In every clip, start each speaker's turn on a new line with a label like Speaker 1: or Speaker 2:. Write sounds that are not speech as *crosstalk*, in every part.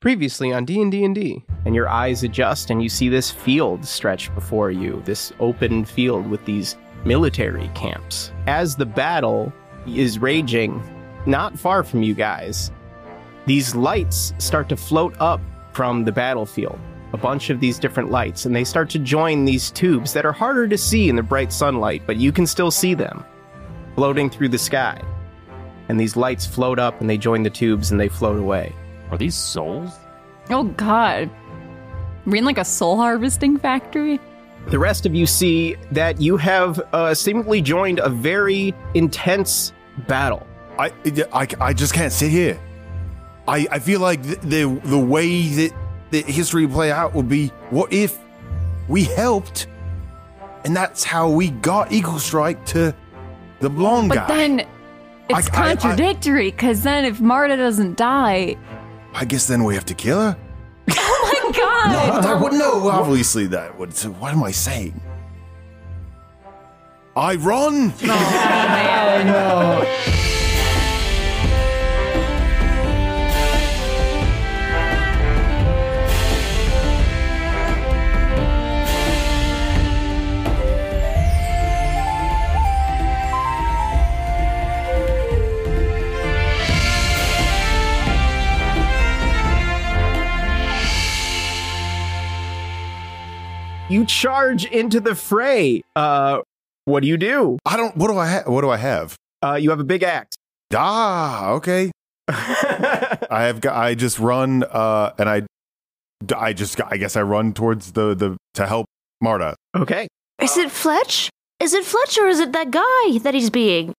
Speaker 1: previously on D&D and D. And your eyes adjust and you see this field stretched before you, this open field with these military camps. As the battle is raging not far from you guys, these lights start to float up from the battlefield. A bunch of these different lights, and they start to join these tubes that are harder to see in the bright sunlight, but you can still see them floating through the sky. And these lights float up and they join the tubes and they float away.
Speaker 2: Are these souls?
Speaker 3: Oh god. We're in like a soul harvesting factory?
Speaker 1: The rest of you see that you have uh, seemingly joined a very intense battle.
Speaker 4: I, I, I just can't sit here. I, I feel like the, the the way that that history would play out would be what if we helped, and that's how we got Eagle Strike to the blonde
Speaker 3: But
Speaker 4: guy.
Speaker 3: then it's
Speaker 4: I- I- I-
Speaker 3: contradictory, because then if Marta doesn't
Speaker 5: *laughs*
Speaker 3: die.
Speaker 4: I guess then we have to kill her.
Speaker 3: My god!
Speaker 4: I would know. Obviously, that would. So what am I saying? I run.
Speaker 1: You charge into the fray. Uh, what do you do?
Speaker 4: I don't. What do I have? What do I have?
Speaker 1: Uh, you have a big axe.
Speaker 4: Ah, okay. I have. Got, I just run. Uh, and I, I just. I guess I run towards the the to help Marta.
Speaker 1: okay.
Speaker 5: Is it Fletch? Is it Fletch or is it that guy that he's being?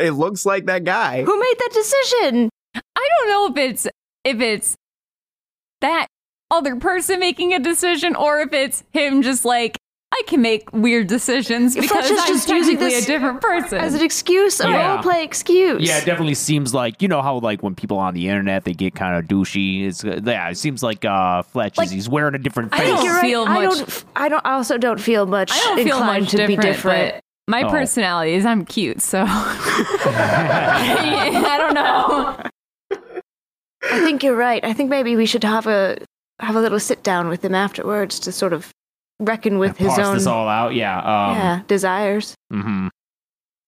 Speaker 1: It looks like that guy.
Speaker 5: Who made that decision?
Speaker 3: I don't know if it's if it's that other person making a decision or if it's him just like I can make weird decisions
Speaker 5: Fletch
Speaker 3: because
Speaker 5: is
Speaker 3: I'm
Speaker 5: just using
Speaker 3: technically
Speaker 5: this
Speaker 3: a different person.
Speaker 5: As an excuse, a
Speaker 2: Yeah.
Speaker 5: roleplay excuse.
Speaker 2: Yeah, it definitely seems like you know how like when people on the internet they get kind of douchey. It's uh, yeah, it seems like uh Fletch is he's wearing a different
Speaker 5: I
Speaker 2: face. *laughs*
Speaker 5: think you're right.
Speaker 3: feel
Speaker 5: I
Speaker 3: much-
Speaker 5: don't. f- I don't. I also don't feel much
Speaker 3: I don't feel
Speaker 5: inclined
Speaker 3: much
Speaker 5: to
Speaker 3: different,
Speaker 5: be different.
Speaker 3: but my
Speaker 2: Oh.
Speaker 3: personality is I'm cute, so *laughs* I don't know.
Speaker 5: I think you're right. I think maybe we should have a have a little sit down with him afterwards to sort of reckon with his
Speaker 2: Parse
Speaker 5: own
Speaker 2: this all out. Yeah. Um,
Speaker 5: yeah, desires.
Speaker 2: mhm.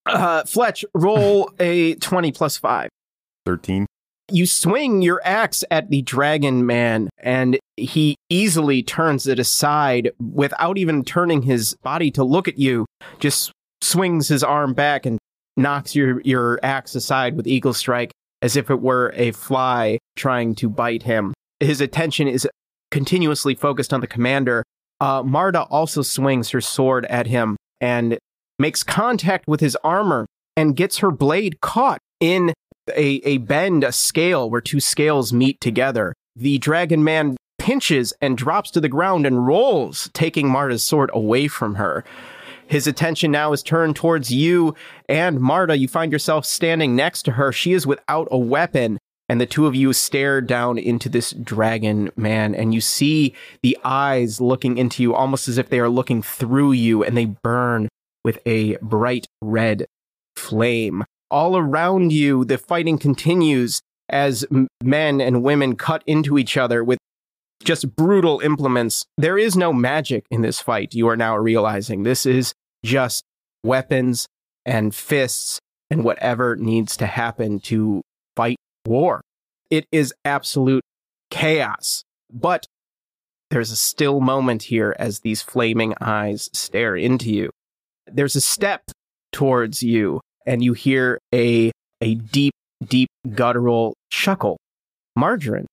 Speaker 1: Uh, Fletch, roll a 20 plus 5.
Speaker 5: *laughs*
Speaker 4: Thirteen.
Speaker 1: You swing your axe at the dragon man, and he easily turns it aside without even turning his body to look at you. Just swings his arm back and knocks your, your axe aside with Eagle Strike as if it were a fly trying to bite him. His attention is continuously focused on the commander. Uh, Marta also swings her sword at him and makes contact with his armor and gets her blade caught in a, a bend, a scale where two scales meet together. The dragon man pinches and drops to the ground and rolls, taking Marta's sword away from her. His attention now is turned towards you and Marta. You find yourself standing next to her. She is without a weapon. And the two of you stare down into this dragon man, and you see the eyes looking into you almost as if they are looking through you, and they burn with a bright red flame. All around you, the fighting continues as m- men and women cut into each other with just brutal implements. There is no magic in this fight, you are now realizing. This is just weapons and fists and whatever needs to happen to fight war. It is absolute chaos. But there's a still moment here as these flaming eyes stare into you. There's a step towards you and you hear a a deep, deep guttural chuckle. Margarine.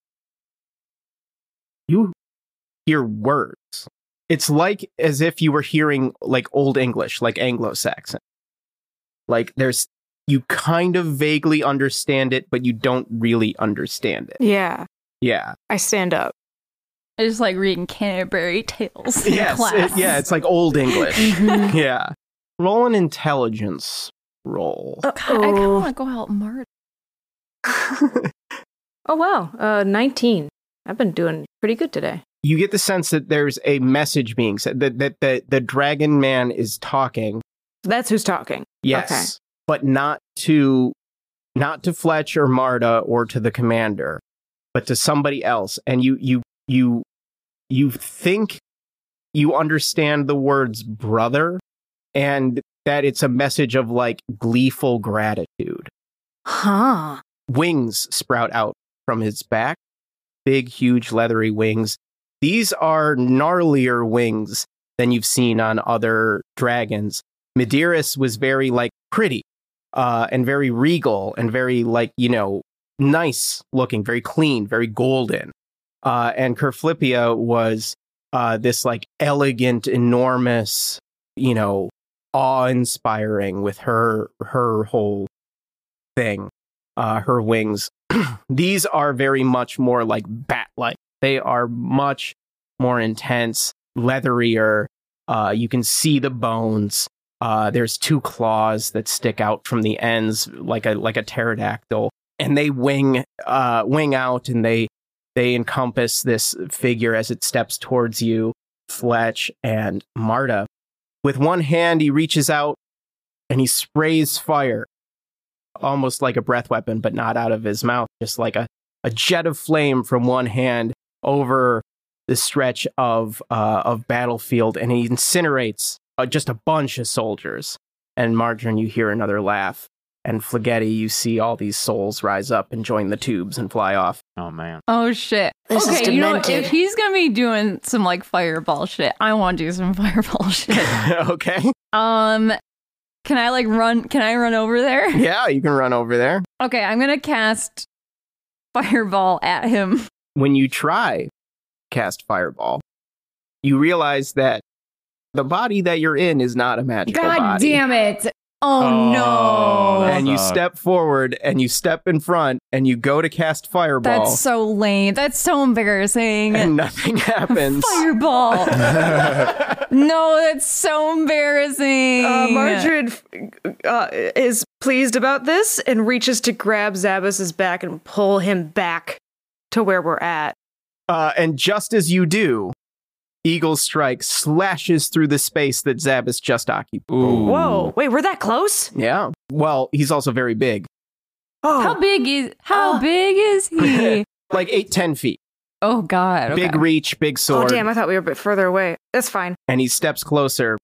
Speaker 1: You hear words. It's like as if you were hearing like old English, like Anglo-Saxon. Like there's you kind of vaguely understand it, but you don't really understand it.
Speaker 6: Yeah,
Speaker 1: Yeah.
Speaker 6: I
Speaker 5: *laughs*
Speaker 6: stand up.
Speaker 3: I just like reading Canterbury Tales
Speaker 1: *laughs*
Speaker 3: in
Speaker 1: Yes.
Speaker 3: class.
Speaker 1: it- yeah, it's like old English.
Speaker 5: *laughs* Mm-hmm.
Speaker 1: yeah. Roll an intelligence roll.
Speaker 5: Oh.
Speaker 3: God, *laughs* I
Speaker 5: *laughs*
Speaker 3: kind of want to go help Marta.
Speaker 6: Oh wow, uh, nineteen. I've been doing pretty good today.
Speaker 1: you get the sense that there's a message being said that that the, the dragon man is talking
Speaker 6: That's who's talking.
Speaker 1: yes
Speaker 6: Okay.
Speaker 1: but not to not to fletch or marta or to the commander but to somebody else and you you you you think you understand the words brother and that it's a message of like gleeful gratitude
Speaker 6: Huh.
Speaker 1: wings sprout out from his back big huge leathery wings these are gnarlier wings than you've seen on other dragons Medeiros was very like pretty uh, and very regal and very like you know nice looking very clean very golden uh, and Kerflippia was uh, this like elegant enormous you know awe inspiring with her her whole thing uh, her wings *clears throat* these are very much more like bat like they are much more intense leatherier uh, you can see the bones uh, there's two claws that stick out from the ends like a like a pterodactyl and they wing uh, wing out and they they encompass this figure as it steps towards you Fletch and Marta with one hand he reaches out and he sprays fire almost like a breath weapon, but not out of his mouth, just like a, a jet of flame from one hand over the stretch of, uh, of battlefield, and he incinerates uh, just a bunch of soldiers. And Margarine, you hear another laugh. And Flagetti, you see all these souls rise up and join the tubes and fly off. *laughs*
Speaker 2: Oh man.
Speaker 3: Oh shit.
Speaker 5: This is
Speaker 3: okay, you know what?
Speaker 5: demented.
Speaker 3: if he's gonna be doing some like fireball shit, I want to do some *laughs* fireball shit.
Speaker 1: okay.
Speaker 3: um, can I like run? Can I run over there? *laughs*
Speaker 1: Yeah, you can run over there.
Speaker 3: Okay, I'm gonna cast fireball at him.
Speaker 1: when you try cast fireball, you realize that the body that you're in is not a magical
Speaker 7: God
Speaker 1: body.
Speaker 7: damn it.
Speaker 3: Oh,
Speaker 2: Oh,
Speaker 3: no,
Speaker 2: that's-
Speaker 1: And you
Speaker 2: Suck.
Speaker 1: step forward and you step in front and you go to cast fireball
Speaker 3: that's so lame. That's so embarrassing.
Speaker 1: and nothing *laughs* happens.
Speaker 3: Fireball.
Speaker 1: *laughs*
Speaker 3: no, that's so embarrassing.
Speaker 6: Uh, Margarine f- uh, is pleased about this and reaches to grab Zabas's back and pull him back to where we're at.
Speaker 1: Uh, and just as you do, Eagle Strike slashes through the space that Zabas just occupied.
Speaker 2: Ooh.
Speaker 6: Whoa! Wait, we're that close?
Speaker 1: Yeah. Well, he's also very big,
Speaker 6: Oh,
Speaker 3: How big is how
Speaker 6: Oh.
Speaker 3: big is
Speaker 6: *laughs*
Speaker 3: he?
Speaker 1: like eight, ten feet.
Speaker 3: oh God. okay.
Speaker 1: Big reach, big
Speaker 6: oh
Speaker 1: sword.
Speaker 6: damn! I thought we were a bit further away. That's fine.
Speaker 1: and he steps closer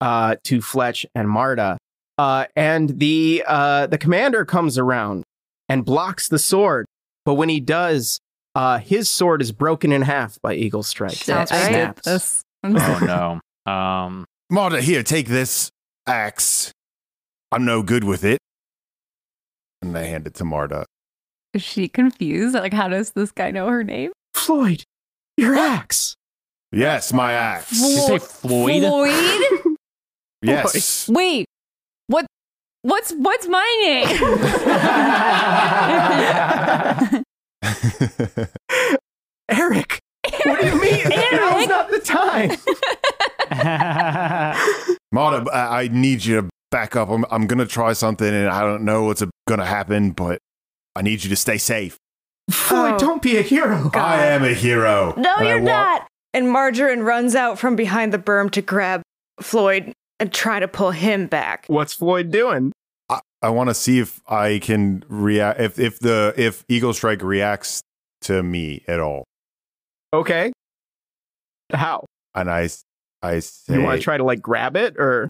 Speaker 1: uh, to Fletch and Marta. Uh, and the uh, the commander comes around and blocks the sword, but when he does, uh, his sword is broken in half by Eagle Strike.
Speaker 3: Sounds
Speaker 1: It
Speaker 6: right.
Speaker 3: right.
Speaker 1: snaps.
Speaker 3: This-
Speaker 2: Oh no. Um. *laughs*
Speaker 4: Marta, here, take this axe. I'm no good with it. And they hand it to Marta.
Speaker 3: Is she confused? Like, how does this guy know her name?
Speaker 1: Floyd, your axe.
Speaker 4: Yes, my axe.
Speaker 2: Did you say Floyd?
Speaker 3: Floyd?
Speaker 6: *laughs*
Speaker 4: Yes. *laughs*
Speaker 3: Wait, what? What's what's my name?
Speaker 1: Eric, what do you
Speaker 3: *laughs*
Speaker 1: mean? Now's not the time.
Speaker 4: Marta, I, I need you to back up. I'm, I'm going to try something and I don't know what's going to happen, but I need you to stay safe.
Speaker 1: Floyd,
Speaker 6: Oh.
Speaker 1: don't be a hero.
Speaker 4: I am a hero.
Speaker 5: No,
Speaker 4: And I
Speaker 5: you're
Speaker 4: wa-
Speaker 5: not.
Speaker 6: And Margarine runs out from behind the berm to grab Floyd and try to pull him back.
Speaker 1: What's Floyd doing?
Speaker 4: I, I want to see if I can react, if, if, the, if Eagle Strike reacts to me at all.
Speaker 1: Okay. How?
Speaker 4: And I, s- I say,
Speaker 1: You want to try to like grab it or?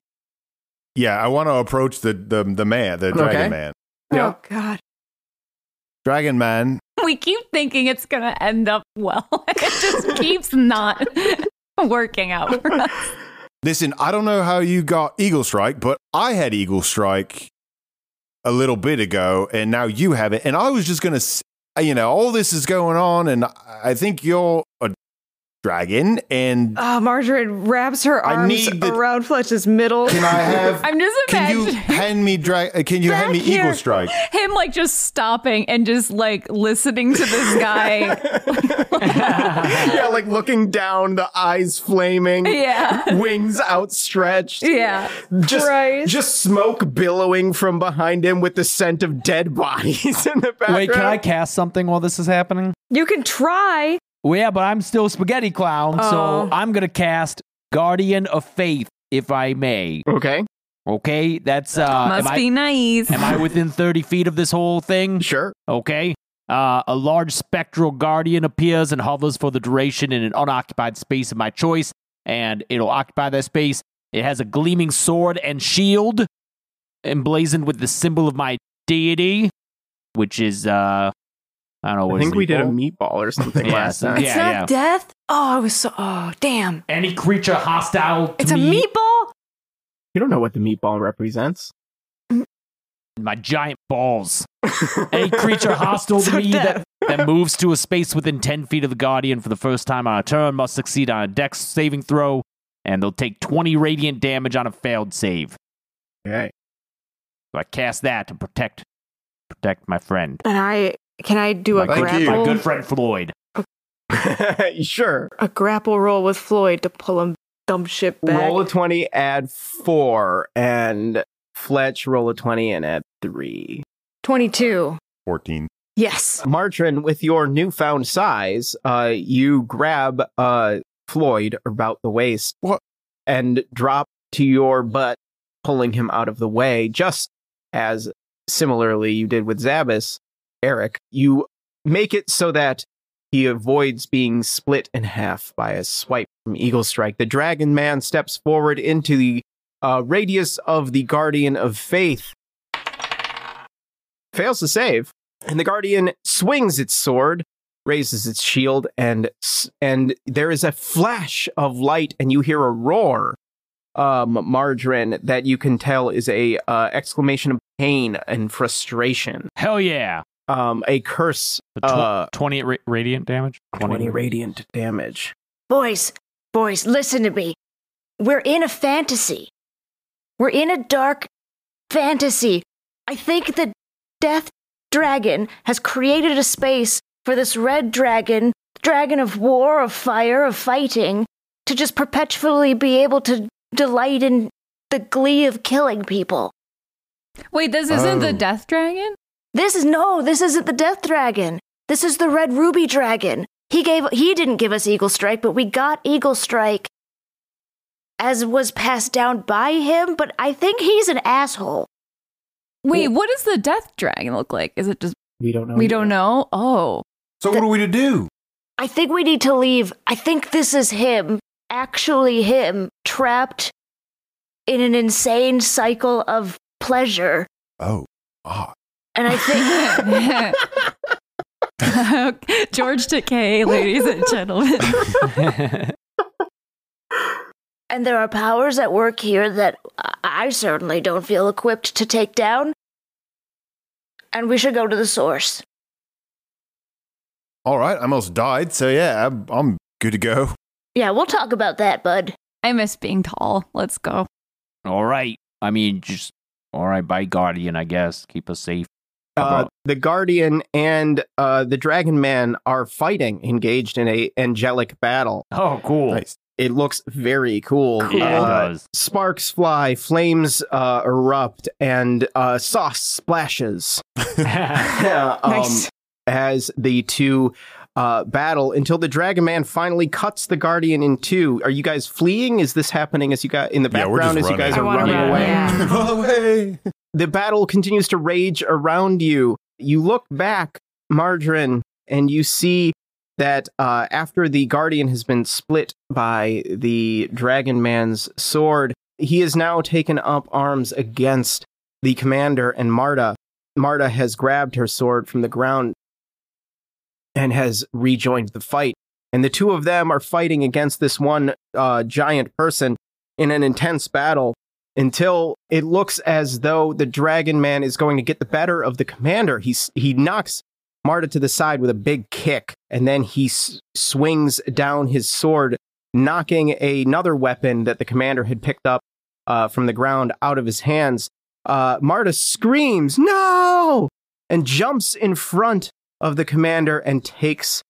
Speaker 4: yeah, I want to approach the, the, the man, the
Speaker 1: Okay.
Speaker 4: dragon man.
Speaker 1: Yeah.
Speaker 6: Oh God!
Speaker 4: Dragon man,
Speaker 3: *laughs* we keep thinking it's gonna end up well. *laughs* it just keeps not *laughs* working out for us.
Speaker 4: Listen, I don't know how you got Eagle Strike, but I had Eagle Strike a little bit ago, and now you have it. And I was just gonna, s- you know, all this is going on, and I think you're a dragon. And
Speaker 6: Oh, Margarine wraps her
Speaker 4: I
Speaker 6: arms
Speaker 4: need the-
Speaker 6: around Fletch's middle.
Speaker 4: can I
Speaker 6: *laughs*
Speaker 4: have?
Speaker 3: I'm just
Speaker 4: Can you
Speaker 3: imagining
Speaker 4: hand me drag? uh, Can you hand me
Speaker 6: Back here.
Speaker 4: Eagle Strike?
Speaker 3: him like just stopping and just like listening to this guy.
Speaker 1: *laughs*
Speaker 2: *laughs*
Speaker 3: *laughs*
Speaker 1: yeah, like looking down, the eyes flaming,
Speaker 3: yeah,
Speaker 2: Uh,
Speaker 1: wings outstretched,
Speaker 3: yeah.
Speaker 1: just
Speaker 6: Christ.
Speaker 1: just smoke billowing from behind him with the scent of dead bodies *laughs* in the background.
Speaker 2: Wait, can I cast something while this is happening?
Speaker 6: You can try.
Speaker 2: Well, yeah, but I'm still spaghetti clown,
Speaker 6: Oh.
Speaker 2: so I'm gonna cast Guardian of Faith, if I may.
Speaker 1: Okay,
Speaker 2: Okay, that's uh,
Speaker 3: Must
Speaker 2: am,
Speaker 3: be
Speaker 1: *laughs*
Speaker 3: nice.
Speaker 2: I, am I within thirty feet of this whole thing?
Speaker 1: sure.
Speaker 2: Okay, Uh, a large spectral guardian appears and hovers for the duration in an unoccupied space of my choice, and it'll occupy that space. It has a gleaming sword and shield emblazoned with the symbol of my deity, which is, uh, I don't know what
Speaker 1: I
Speaker 2: is
Speaker 1: think
Speaker 2: it
Speaker 1: we did a
Speaker 2: called?
Speaker 1: meatball or something
Speaker 2: *laughs* Yeah,
Speaker 1: last
Speaker 2: so-
Speaker 1: time.
Speaker 2: yeah,
Speaker 5: it's not
Speaker 2: yeah.
Speaker 5: death. Oh, I was so. Oh, damn.
Speaker 2: Any creature hostile to
Speaker 6: It's a
Speaker 2: me,
Speaker 6: meatball?
Speaker 1: You don't know what the meatball represents.
Speaker 2: my giant balls. Any
Speaker 5: *laughs*
Speaker 2: creature hostile to
Speaker 6: So
Speaker 2: me
Speaker 6: dead.
Speaker 2: that, that moves to a space within 10 feet of the Guardian for the first time on a turn must succeed on a dex saving throw, and they'll take 20 radiant damage on a failed save.
Speaker 1: Okay.
Speaker 2: So I cast that to protect protect my friend.
Speaker 5: And I can I do a
Speaker 4: Thank
Speaker 5: grapple
Speaker 4: you.
Speaker 2: My good friend Floyd.
Speaker 1: *laughs* sure.
Speaker 6: A grapple roll with Floyd to pull him dumb shit back.
Speaker 1: Roll a 20, add 4, and Fletch, roll a 20 and add 3.
Speaker 5: twenty-two?
Speaker 4: 14.
Speaker 6: Yes.
Speaker 1: Martrin, with your newfound size, uh, you grab uh, Floyd about the waist
Speaker 4: What?
Speaker 1: and drop to your butt, pulling him out of the way, just as similarly you did with Zabas, Eric. You make it so that he avoids being split in half by a swipe from Eagle Strike. The Dragon Man steps forward into the uh, radius of the Guardian of Faith, fails to save. And the guardian swings its sword, raises its shield, and s- and there is a flash of light, and you hear a roar, um, Margarine, that you can tell is a uh, exclamation of pain and frustration,
Speaker 2: Hell yeah.
Speaker 1: um, a curse,
Speaker 2: But tw-
Speaker 1: uh,
Speaker 2: 20 ra- radiant damage?
Speaker 1: twenty radiant damage.
Speaker 5: Boys, boys, listen to me. We're in a fantasy. We're in a dark fantasy. I think the death dragon has created a space for this red dragon, dragon of war, of fire, of fighting, to just perpetually be able to delight in the glee of killing people.
Speaker 3: Wait, this isn't
Speaker 4: Oh.
Speaker 3: the death dragon?
Speaker 5: This is no, this isn't the death dragon. This is the red ruby dragon. He gave he didn't give us Eagle Strike, but we got Eagle Strike as was passed down by him, but I think he's an asshole.
Speaker 3: Wait, what does the death dragon look like? Is it just
Speaker 1: We don't know.
Speaker 3: we don't know?
Speaker 1: *laughs*
Speaker 3: Oh. *laughs*
Speaker 4: So what are we to do?
Speaker 5: I think we need to leave. I think this is him, actually him, trapped in an insane cycle of pleasure.
Speaker 4: Oh, ah.
Speaker 5: And I think
Speaker 3: *laughs* George Takei, ladies and gentlemen.
Speaker 1: *laughs*
Speaker 5: And there are powers at work here that I- I certainly don't feel equipped to take down. And we should go to the source.
Speaker 4: All right, I almost died, so yeah, I'm, I'm good to go.
Speaker 5: Yeah, we'll talk about that, bud.
Speaker 3: I miss being tall. Let's go.
Speaker 2: *laughs* all right. I mean, just, all right, by Guardian, I guess. Keep us safe.
Speaker 1: Uh, the guardian and uh, the dragon man are fighting, engaged in a angelic battle.
Speaker 2: Oh, cool.
Speaker 4: Nice.
Speaker 1: It looks very cool.
Speaker 2: Yeah, it
Speaker 1: Uh,
Speaker 2: does.
Speaker 1: sparks fly, flames uh, erupt, and uh, sauce splashes *laughs*
Speaker 2: *laughs*
Speaker 1: um,
Speaker 6: Nice.
Speaker 1: as the two uh, battle until the Dragon Man finally cuts the Guardian in two. Are you guys fleeing? Is this happening as you got in the
Speaker 4: *laughs* Yeah, we're just
Speaker 1: background as you guys
Speaker 4: running.
Speaker 6: I
Speaker 1: are
Speaker 6: wanna
Speaker 1: running
Speaker 2: run,
Speaker 1: away?
Speaker 3: yeah.
Speaker 4: Run *laughs* away.
Speaker 1: The battle continues to rage around you. You look back, Margarine, and you see that uh, after the Guardian has been split by the Dragon Man's sword, he has now taken up arms against the commander and Marta. Marta has grabbed her sword from the ground and has rejoined the fight. And the two of them are fighting against this one uh, giant person in an intense battle until it looks as though the dragon man is going to get the better of the commander. He, s- he knocks Marta to the side with a big kick, and then he s- swings down his sword, knocking another weapon that the commander had picked up uh, from the ground out of his hands. Uh, Marta screams, No! and jumps in front of the commander and takes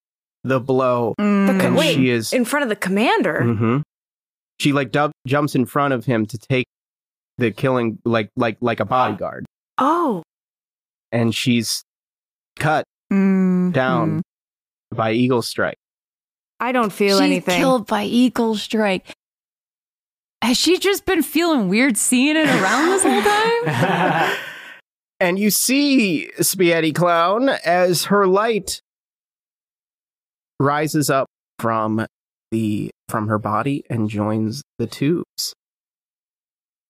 Speaker 1: the blow.
Speaker 6: The
Speaker 1: And
Speaker 6: wait,
Speaker 1: Mm. she is
Speaker 6: in front of the commander.
Speaker 1: Mm-hmm. She like dub- jumps in front of him to take the killing like like like a bodyguard,
Speaker 6: Oh.
Speaker 1: and she's cut
Speaker 3: Mm.
Speaker 1: down by Eagle Strike.
Speaker 6: I don't feel
Speaker 3: She's
Speaker 6: anything.
Speaker 3: killed by Eagle Strike. Has she just been feeling weird seeing it around this whole time?
Speaker 1: And you see Spaghetti Clown as her light rises up from the from her body and joins the tubes.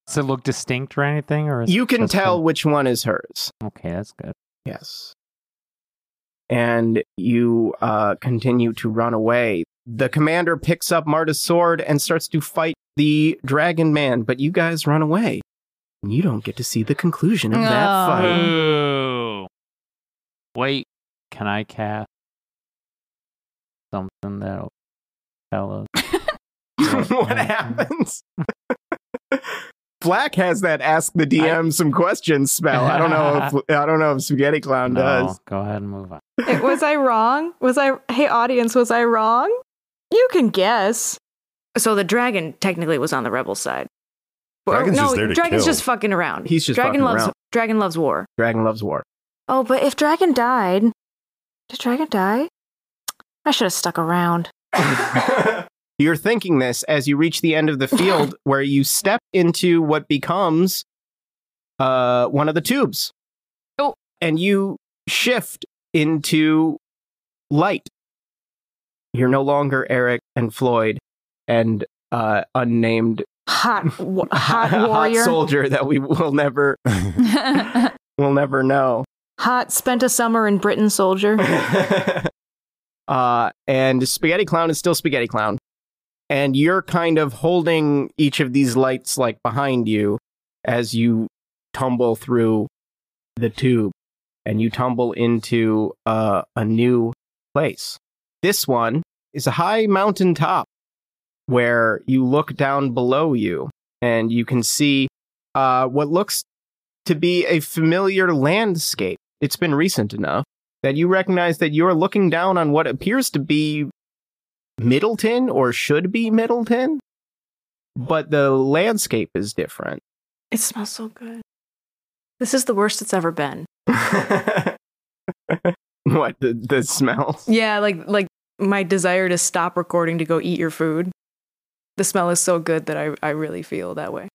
Speaker 2: Does it look distinct or anything? Or is
Speaker 1: You
Speaker 2: it
Speaker 1: can
Speaker 2: just
Speaker 1: tell which one is hers.
Speaker 2: the- okay, that's good.
Speaker 1: Yes. And you uh, continue to run away. The commander picks up Marta's sword and starts to fight the dragon man, but you guys run away. And you don't get to see the conclusion of that
Speaker 3: Aw.
Speaker 6: Oh.
Speaker 1: fight.
Speaker 2: Ooh. Wait, can I cast something that'll tell us?
Speaker 1: *laughs* what happens? *laughs* Black has that ask the DM some questions spell. I don't know
Speaker 6: *laughs*
Speaker 1: if I don't know if Spaghetti Clown
Speaker 2: No,
Speaker 1: does.
Speaker 2: go ahead and move on.
Speaker 6: It- was I wrong? Was I? Hey, audience, was I wrong? You can guess.
Speaker 5: So the dragon technically was on the rebel side.
Speaker 6: Or-
Speaker 4: Dragon's
Speaker 6: no,
Speaker 4: just there to
Speaker 6: dragon's
Speaker 4: kill.
Speaker 6: just fucking around.
Speaker 1: He's just
Speaker 5: dragon
Speaker 1: fucking
Speaker 5: loves
Speaker 1: around.
Speaker 5: dragon loves war.
Speaker 1: Dragon loves war.
Speaker 5: Oh, but if dragon died, did dragon die? I should have stuck around.
Speaker 1: You're thinking this as you reach the end of the
Speaker 6: *laughs*
Speaker 1: field where you step into what becomes uh, one of the tubes.
Speaker 3: Oh.
Speaker 1: And you shift into light. You're no longer Eric and Floyd and uh, unnamed *laughs*
Speaker 6: Hot, wa- hot warrior.
Speaker 1: hot soldier that we *laughs* will never *laughs*
Speaker 3: *laughs*
Speaker 1: will never know.
Speaker 6: hot spent a summer in Britain soldier.
Speaker 1: *laughs* uh, and Spaghetti Clown is still Spaghetti Clown. And you're kind of holding each of these lights like behind you as you tumble through the tube and you tumble into uh, a new place. This one is a high mountain top where you look down below you and you can see uh, what looks to be a familiar landscape. It's been recent enough that you recognize that you're looking down on what appears to be Middleton or should be Middleton, but the landscape is different. *laughs*
Speaker 6: It smells so good.
Speaker 5: This is the worst it's ever been.
Speaker 1: what the, the smell?
Speaker 6: Yeah, like like my desire to stop recording to go eat your food. The smell is so good that I, I really feel that way.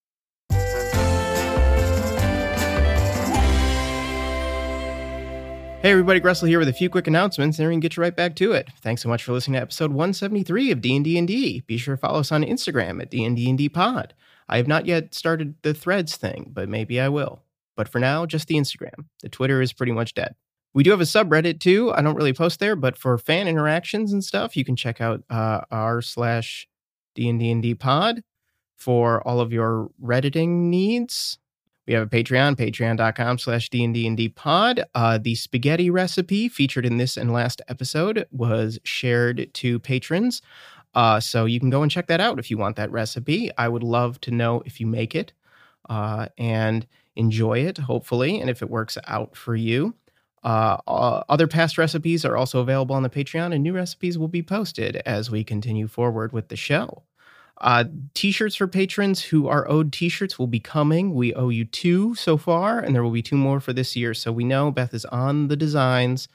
Speaker 1: Hey everybody, Gressel here with a few quick announcements, and then we can get you right back to it. Thanks so much for listening to episode 173 of D&D and D. Be sure to follow us on Instagram at D&D and D Pod. I have not yet started the Threads thing, but maybe I will. But for now, just the Instagram. The Twitter is pretty much dead. We do have a subreddit too. I don't really post there, but for fan interactions and stuff, you can check out uh, r slash D and D and D Pod for all of your redditing needs. We have a Patreon, patreon.com slash dndndpod. Uh, the spaghetti recipe featured in this and last episode was shared to patrons. Uh, so you can go and check that out if you want that recipe. I would love to know if you make it uh, and enjoy it, hopefully, and if it works out for you. Uh, uh, other past recipes are also available on the Patreon, and new recipes will be posted as we continue forward with the show. Uh, t-shirts for patrons who are owed t-shirts will be coming. We owe you two so far, and there will be two more for this year. So we know Beth is on the designs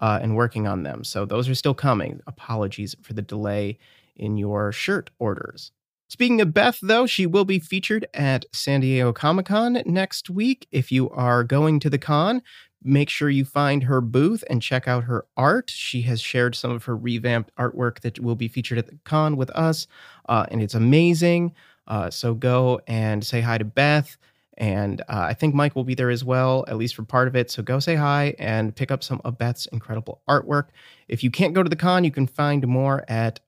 Speaker 1: uh, and working on them. So those are still coming. Apologies for the delay in your shirt orders. Speaking of Beth, though, she will be featured at San Diego Comic Con next week. If you are going to the con, make sure you find her booth and check out her art. She has shared some of her revamped artwork that will be featured at the con with us uh, and it's amazing. Uh, so go and say hi to Beth. And uh, I think Mike will be there as well, at least for part of it. So go say hi and pick up some of Beth's incredible artwork. If you can't go to the con, you can find more at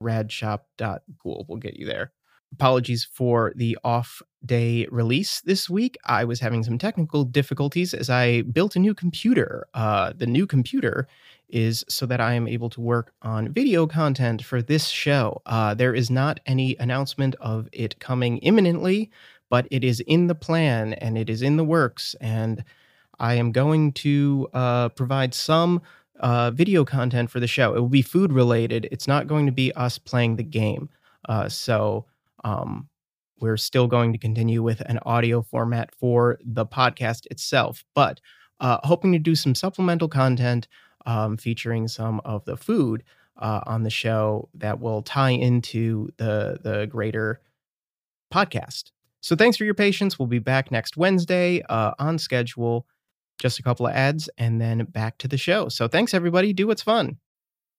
Speaker 1: radshop.cool. We'll get you there. Apologies for the off day release this week. I was having some technical difficulties as I built a new computer. Uh, the new computer is so that I am able to work on video content for this show. Uh, there is not any announcement of it coming imminently, but it is in the plan and it is in the works. And I am going to uh, provide some uh, video content for the show. It will be food related, it's not going to be us playing the game. Uh, so, um, we're still going to continue with an audio format for the podcast itself, but uh, hoping to do some supplemental content um, featuring some of the food uh, on the show that will tie into the the greater podcast. So thanks for your patience. We'll be back next Wednesday uh, on schedule.
Speaker 7: just a couple of ads, and then back to the show. So thanks, everybody. Do what's fun.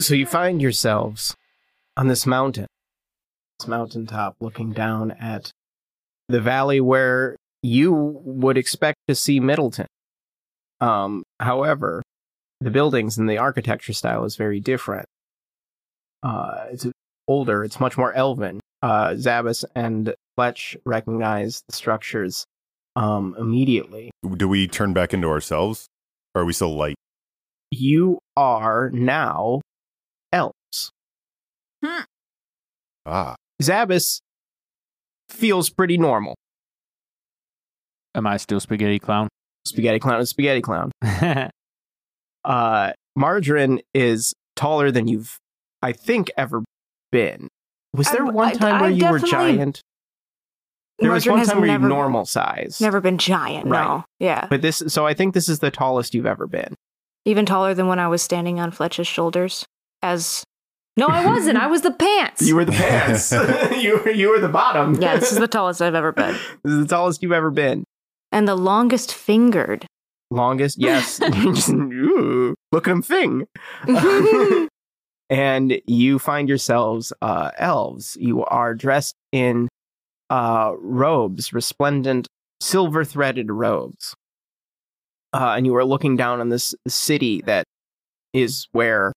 Speaker 1: So you find yourselves on this mountain, this mountaintop, looking down at the valley where you would expect to see Middleton. Um, however, the buildings and the architecture style is very different. Uh, it's older, it's much more elven. Uh, Zabas and Fletch recognize the structures um, immediately.
Speaker 4: Do we turn back into ourselves? Or are we still light?
Speaker 1: You are now elves.
Speaker 4: Ah.
Speaker 1: Zabas feels pretty normal.
Speaker 2: Am I still spaghetti clown? *laughs*
Speaker 1: Spaghetti
Speaker 5: Mm-hmm.
Speaker 1: clown is spaghetti clown. Uh, Margarine is taller than you've, I think, ever been. Was there
Speaker 5: I've-
Speaker 1: one
Speaker 5: I-
Speaker 1: time where
Speaker 5: I've
Speaker 1: you were
Speaker 5: definitely-
Speaker 1: giant? There was
Speaker 5: Margarine
Speaker 1: one
Speaker 5: has
Speaker 1: time where you
Speaker 5: never-
Speaker 1: normal size.
Speaker 5: Never been giant,
Speaker 1: Right.
Speaker 5: no. Yeah.
Speaker 1: But this, so I think this is the tallest you've ever been.
Speaker 5: Even taller than when I was standing on Fletch's shoulders. As no, I wasn't. I was the pants. *laughs*
Speaker 1: were the
Speaker 4: pants.
Speaker 1: *laughs* you were you were the bottom.
Speaker 5: yeah,
Speaker 1: *laughs*
Speaker 5: this is the tallest I've ever been,
Speaker 1: This is the tallest you've ever been.
Speaker 5: *laughs* and the longest fingered.
Speaker 1: Longest, yes. *laughs* Ooh, look at him thing. and you find yourselves uh, elves. You are dressed in uh, robes, resplendent silver threaded robes. Uh, and you are looking down on this city that is where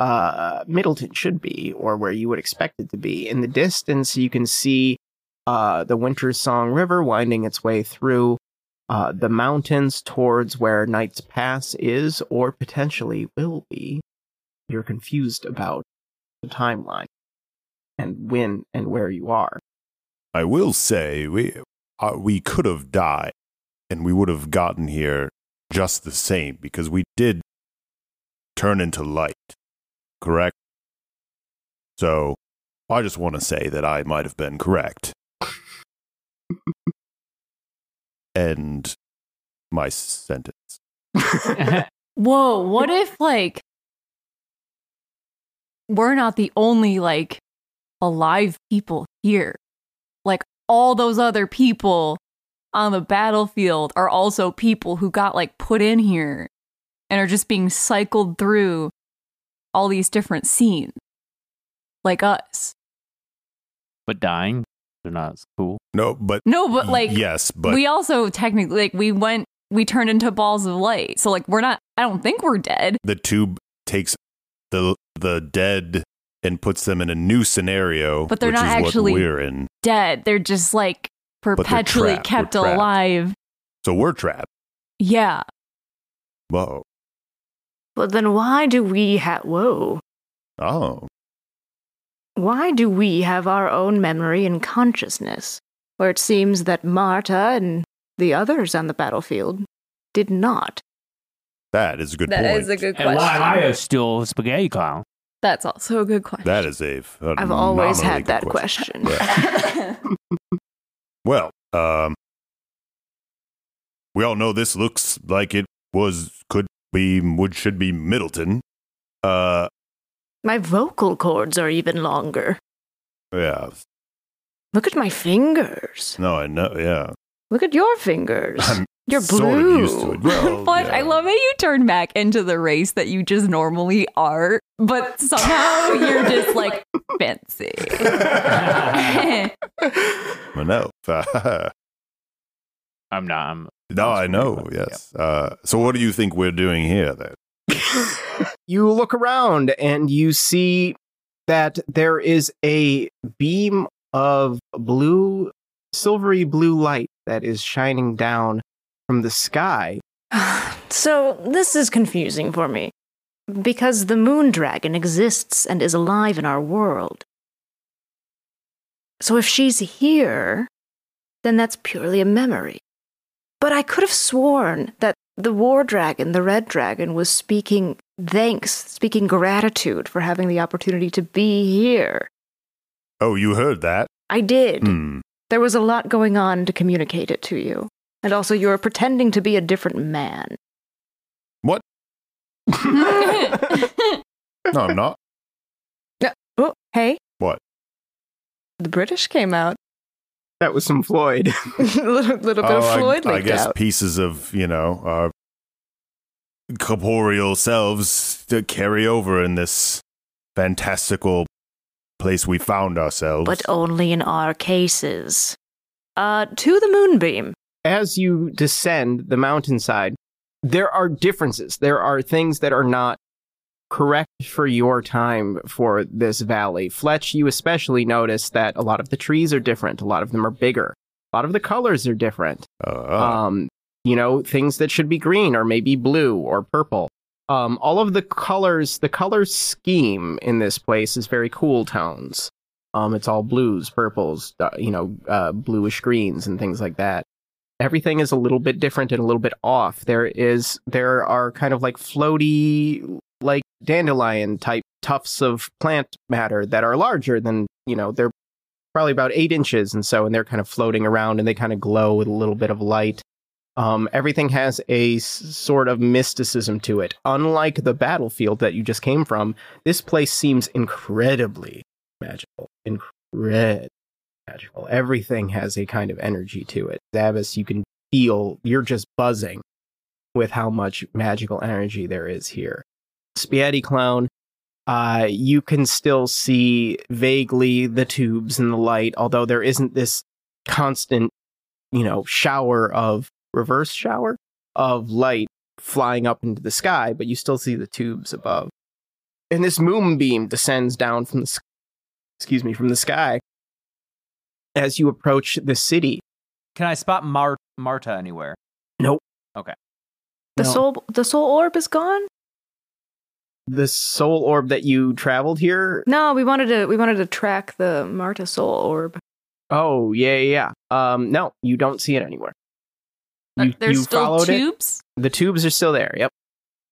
Speaker 1: uh, Middleton should be, or where you would expect it to be. In the distance, you can see uh, the Winter Song River winding its way through uh, the mountains towards where Knight's Pass is, or potentially will be you're confused about the timeline and when and where you are.
Speaker 4: I will say we uh, we could have died, and we would have gotten here just the same because we did turn into light, correct? So, I just want to say that I might have
Speaker 3: *laughs*
Speaker 4: been correct, and my sentence.
Speaker 3: Whoa, what if like we're not the only like alive people here? Like all those other people on the battlefield are also people who got like put in here and are just being cycled through all these different scenes. Like us.
Speaker 2: but dying, they're not as cool.
Speaker 4: No, but
Speaker 3: No, but like
Speaker 4: yes, but
Speaker 3: we also technically like we went we turned into balls of light. So like we're not I don't think we're dead.
Speaker 4: the tube takes the the dead and puts them in a new scenario,
Speaker 3: But they're
Speaker 4: which
Speaker 3: not
Speaker 4: is
Speaker 3: actually
Speaker 4: what we're in.
Speaker 3: dead. They're just like
Speaker 4: they're
Speaker 3: perpetually
Speaker 4: trapped.
Speaker 3: kept
Speaker 4: We're trapped.
Speaker 3: alive.
Speaker 4: So we're trapped.
Speaker 3: Yeah.
Speaker 4: Whoa.
Speaker 5: Well, then why do we have? Whoa,
Speaker 4: Oh.
Speaker 5: why do we have our own memory and consciousness, where it seems that Marta and the others on the battlefield did not?
Speaker 4: That is a good
Speaker 6: That
Speaker 4: point.
Speaker 6: is a
Speaker 2: And
Speaker 6: good question.
Speaker 2: why am I a still spaghetti clown?
Speaker 3: That's also a good question.
Speaker 4: *laughs* That is a. f- a
Speaker 5: I've always
Speaker 4: phenomenally
Speaker 5: had
Speaker 4: good
Speaker 5: that question.
Speaker 4: Yeah. well, um, we all know this looks like it was could be would should be Middleton. Uh,
Speaker 5: My vocal cords are even longer.
Speaker 4: yeah.
Speaker 5: Look at my fingers.
Speaker 4: No, I know. Yeah,
Speaker 5: Look at your fingers.
Speaker 4: I'm
Speaker 5: You're blue.
Speaker 4: sort of used to it.
Speaker 5: *laughs*
Speaker 4: Well,
Speaker 3: Fletch,
Speaker 4: Oh, yeah.
Speaker 3: I love that you turn back into the race that you just normally are, but
Speaker 4: *laughs*
Speaker 3: somehow you're just like fancy.
Speaker 4: *laughs* I'm an elf.
Speaker 2: I'm not. I'm
Speaker 4: *laughs* no, I know. Yes. Uh, so, what do you think we're doing here then?
Speaker 1: you look around and you see that there is a beam of blue, silvery blue light that is shining down from the sky. *laughs*
Speaker 5: *sighs* so this is confusing for me because the moon dragon exists and is alive in our world So if she's here, then that's purely a memory. But I could have sworn that the war dragon, the red dragon, was speaking thanks, speaking gratitude for having the opportunity to be here.
Speaker 4: Oh, you heard that?
Speaker 5: I did.
Speaker 4: Hmm.
Speaker 5: There was a lot going on to communicate it to you. And also, you were pretending to be a different man.
Speaker 4: No, I'm not.
Speaker 5: Oh, hey.
Speaker 4: What?
Speaker 5: The British came
Speaker 4: *laughs*
Speaker 5: out. *laughs*
Speaker 1: That was some Floyd.
Speaker 6: little, little bit
Speaker 4: Oh,
Speaker 6: of Floyd
Speaker 4: I, I
Speaker 6: leaked
Speaker 4: guess
Speaker 6: out.
Speaker 4: pieces of, you know, our corporeal selves to carry over in this fantastical place we found ourselves.
Speaker 5: But oh, only in our cases. Uh, to the moonbeam.
Speaker 1: as you descend the mountainside, there are differences. There are things that are not correct for your time for this valley. Fletch, you especially notice that a lot of the trees are different, a lot of them are bigger, a lot of the colors are different.
Speaker 4: Uh,
Speaker 1: Um, you know, things that should be green or maybe blue or purple. Um, all of the colors, the color scheme in this place is very cool tones. Um, it's all blues, purples, uh, you know, uh, bluish greens and things like that. Everything is a little bit different and a little bit off. There is, there are kind of like floaty, like dandelion type tufts of plant matter that are larger than, you know, they're probably about eight inches and so and they're kind of floating around and they kind of glow with a little bit of light um, everything has a s- sort of mysticism to it unlike the battlefield that you just came from this place seems incredibly magical incredible magical everything has a kind of energy to it zavis you can feel you're just buzzing with how much magical energy there is here spiati clown uh, you can still see vaguely the tubes and the light, although there isn't this constant, you know, shower of reverse shower of light flying up into the sky, but you still see the tubes above. And this moonbeam descends down from the, s- excuse me, from the sky as you approach the city.
Speaker 2: Can I spot Mar- Marta anywhere?
Speaker 5: The
Speaker 1: No.
Speaker 5: soul, the soul orb is gone.
Speaker 1: The soul orb that you traveled here
Speaker 6: No, we wanted to we wanted to track the Marta soul orb.
Speaker 1: Oh yeah, yeah. yeah. Um, no, you don't see it anywhere. You,
Speaker 3: There's
Speaker 1: you
Speaker 3: still
Speaker 1: followed it.
Speaker 3: tubes?
Speaker 1: The tubes are still there. Yep,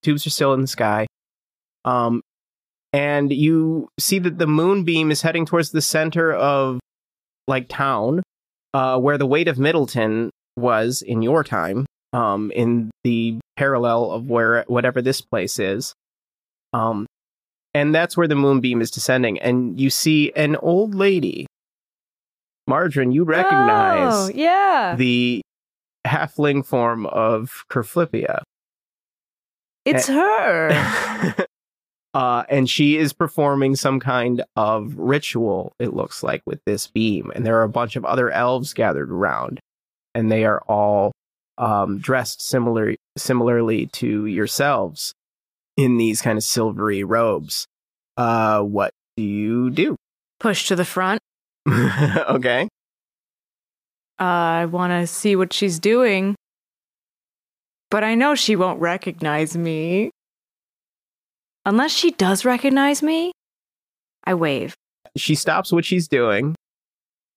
Speaker 1: tubes are still in the sky. Um, and you see that the moonbeam is heading towards the center of like town, uh, where the weight of Middleton was in your time. Um, in the parallel of where whatever this place is. Um, and that's where the moonbeam is descending, and you see an old lady. Margarine, you recognize
Speaker 6: Oh, yeah.
Speaker 1: the halfling form of uh, Kerflippia. *laughs*
Speaker 6: it's her.
Speaker 1: uh, and she is performing some kind of ritual, it looks like, with this beam. And there are a bunch of other elves gathered around, and they are all um, dressed similar, similarly to yourselves in these kind of silvery robes. Uh, what do you do? *laughs*
Speaker 6: Push to the front.
Speaker 1: okay.
Speaker 6: Uh, I want to see what she's doing. But I know she won't recognize me. Unless she does recognize me, I wave.
Speaker 1: She stops what she's doing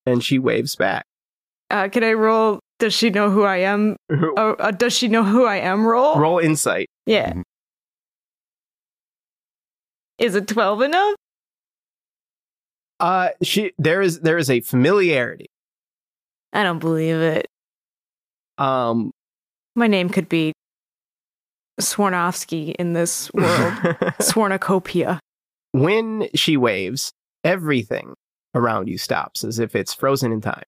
Speaker 1: and she waves back.
Speaker 6: Uh, can I roll? Does she know who I am? Oh, uh, does she know who I am? Roll.
Speaker 1: Roll insight.
Speaker 6: Yeah.
Speaker 4: Mhm.
Speaker 6: Is it twelve enough?
Speaker 1: Uh, she there is there is a familiarity.
Speaker 6: I don't believe it.
Speaker 1: Um,
Speaker 6: My name could be Swarnovsky in this world. *laughs* Swarnacopia.
Speaker 1: when she waves, everything around you stops as if it's frozen in time,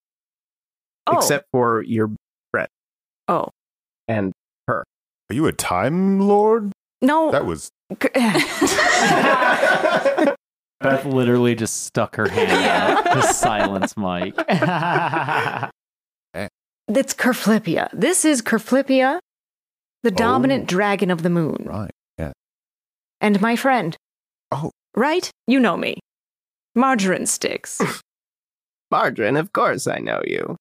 Speaker 6: Oh,
Speaker 1: except for your breath.
Speaker 6: Oh.
Speaker 1: and
Speaker 4: Are you a time lord?
Speaker 6: no.
Speaker 4: That was.
Speaker 5: *laughs*
Speaker 2: Beth literally just stuck
Speaker 6: *laughs*
Speaker 2: her hand out
Speaker 3: Yeah.
Speaker 2: to silence *laughs* Mike.
Speaker 5: That's Kerflippia. This is Kerflippia, the dominant dragon of the moon.
Speaker 4: Right.
Speaker 5: And my friend.
Speaker 4: Oh.
Speaker 5: Right?
Speaker 6: you know me. Margarine sticks.
Speaker 1: Margarine, of course I know you.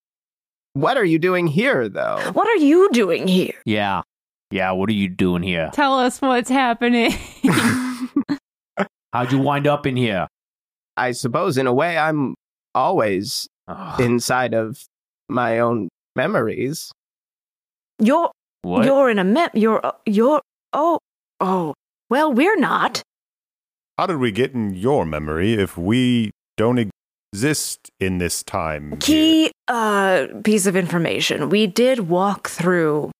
Speaker 1: What are you doing here, though?
Speaker 5: What are you doing here?
Speaker 2: yeah. Yeah, what are you doing here?
Speaker 3: Tell us what's happening. *laughs*
Speaker 2: How'd you wind up in here?
Speaker 1: I suppose, in a way, I'm
Speaker 6: *sighs*
Speaker 1: always
Speaker 2: Ugh,
Speaker 1: inside of my own memories.
Speaker 5: You're
Speaker 2: what?
Speaker 5: you're in a mem. You're uh, you're oh oh. Well, we're not.
Speaker 4: How did we get in your memory if we don't exist in this time? here?
Speaker 6: Key uh, piece of information. We did walk through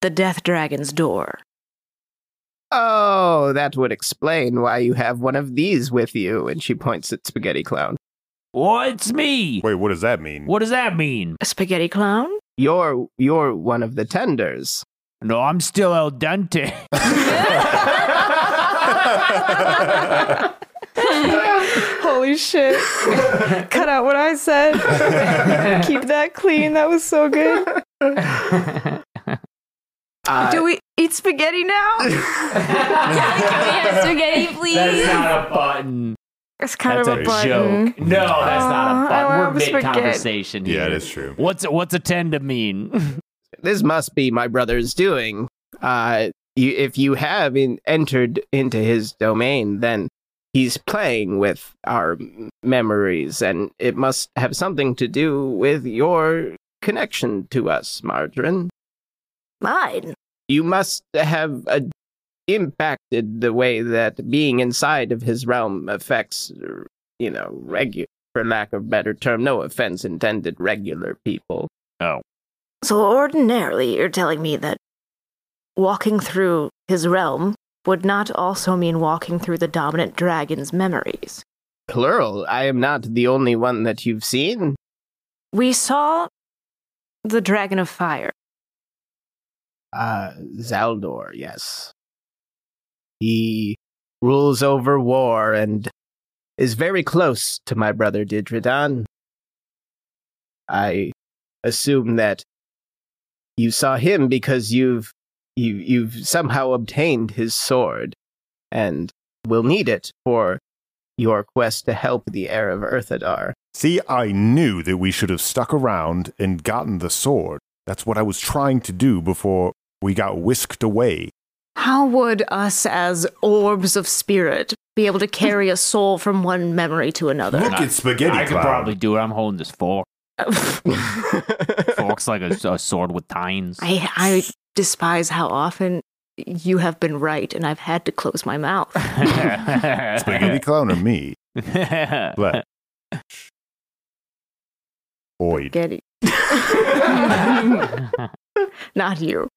Speaker 6: the Death Dragon's door.
Speaker 1: Oh, that would explain why you have one of these with you. And she points at Spaghetti Clown.
Speaker 2: Well, it's me.
Speaker 4: Wait, what does that mean?
Speaker 2: What does that mean?
Speaker 6: A spaghetti clown?
Speaker 1: You're you're one of the tenders.
Speaker 2: No, I'm still El Dente. *laughs*
Speaker 6: Holy shit. Cut out what I said. Keep that clean. That was so good.
Speaker 1: Uh,
Speaker 6: Do we eat spaghetti now?
Speaker 3: Can we have spaghetti, please?
Speaker 2: not
Speaker 6: *laughs*
Speaker 2: a button.
Speaker 6: It's kind of a,
Speaker 4: a
Speaker 6: button.
Speaker 2: No, that's not
Speaker 6: Aw,
Speaker 2: a
Speaker 6: I
Speaker 2: button. We're
Speaker 6: want
Speaker 2: mid
Speaker 6: spaghetti.
Speaker 2: conversation here.
Speaker 4: *laughs* yeah, it is true.
Speaker 2: What's what's a tender mean? *laughs*
Speaker 1: this must be my brother's doing. Uh, you, if you have in, entered into his domain, then he's playing with our m- memories, and it must have something to do with your connection to us, Margarine.
Speaker 5: Mine.
Speaker 1: You must have uh, impacted the way that being inside of his realm affects, er, you know, regular, for lack of better term, no offense intended, regular people.
Speaker 5: So ordinarily, you're telling me that walking through his realm would not also mean walking through the dominant dragon's memories.
Speaker 1: Plural, I am not the only one that you've seen.
Speaker 6: We saw the Dragon of Fire.
Speaker 1: Uh, Zaldor, yes. He rules over war and is very close to my brother Didridon. I assume that you saw him because you've you, you've somehow obtained his sword and will need it for your quest to help the heir of Earthadar.
Speaker 4: See, I knew that we should have stuck around and gotten the sword. That's what I was trying to do before we got whisked away.
Speaker 5: How would us, as orbs of spirit, be able to carry a soul from one memory to another?
Speaker 4: Look at Spaghetti
Speaker 2: I could
Speaker 4: Clown.
Speaker 2: probably do it. I'm holding this fork.
Speaker 6: *laughs*
Speaker 2: Fork's like a, a sword with tines. *laughs*
Speaker 5: I, I despise how often you have been right and I've had to close my mouth.
Speaker 2: *laughs*
Speaker 4: *laughs* Spaghetti Clown or me? But. Boyd.
Speaker 5: Get it? Not you.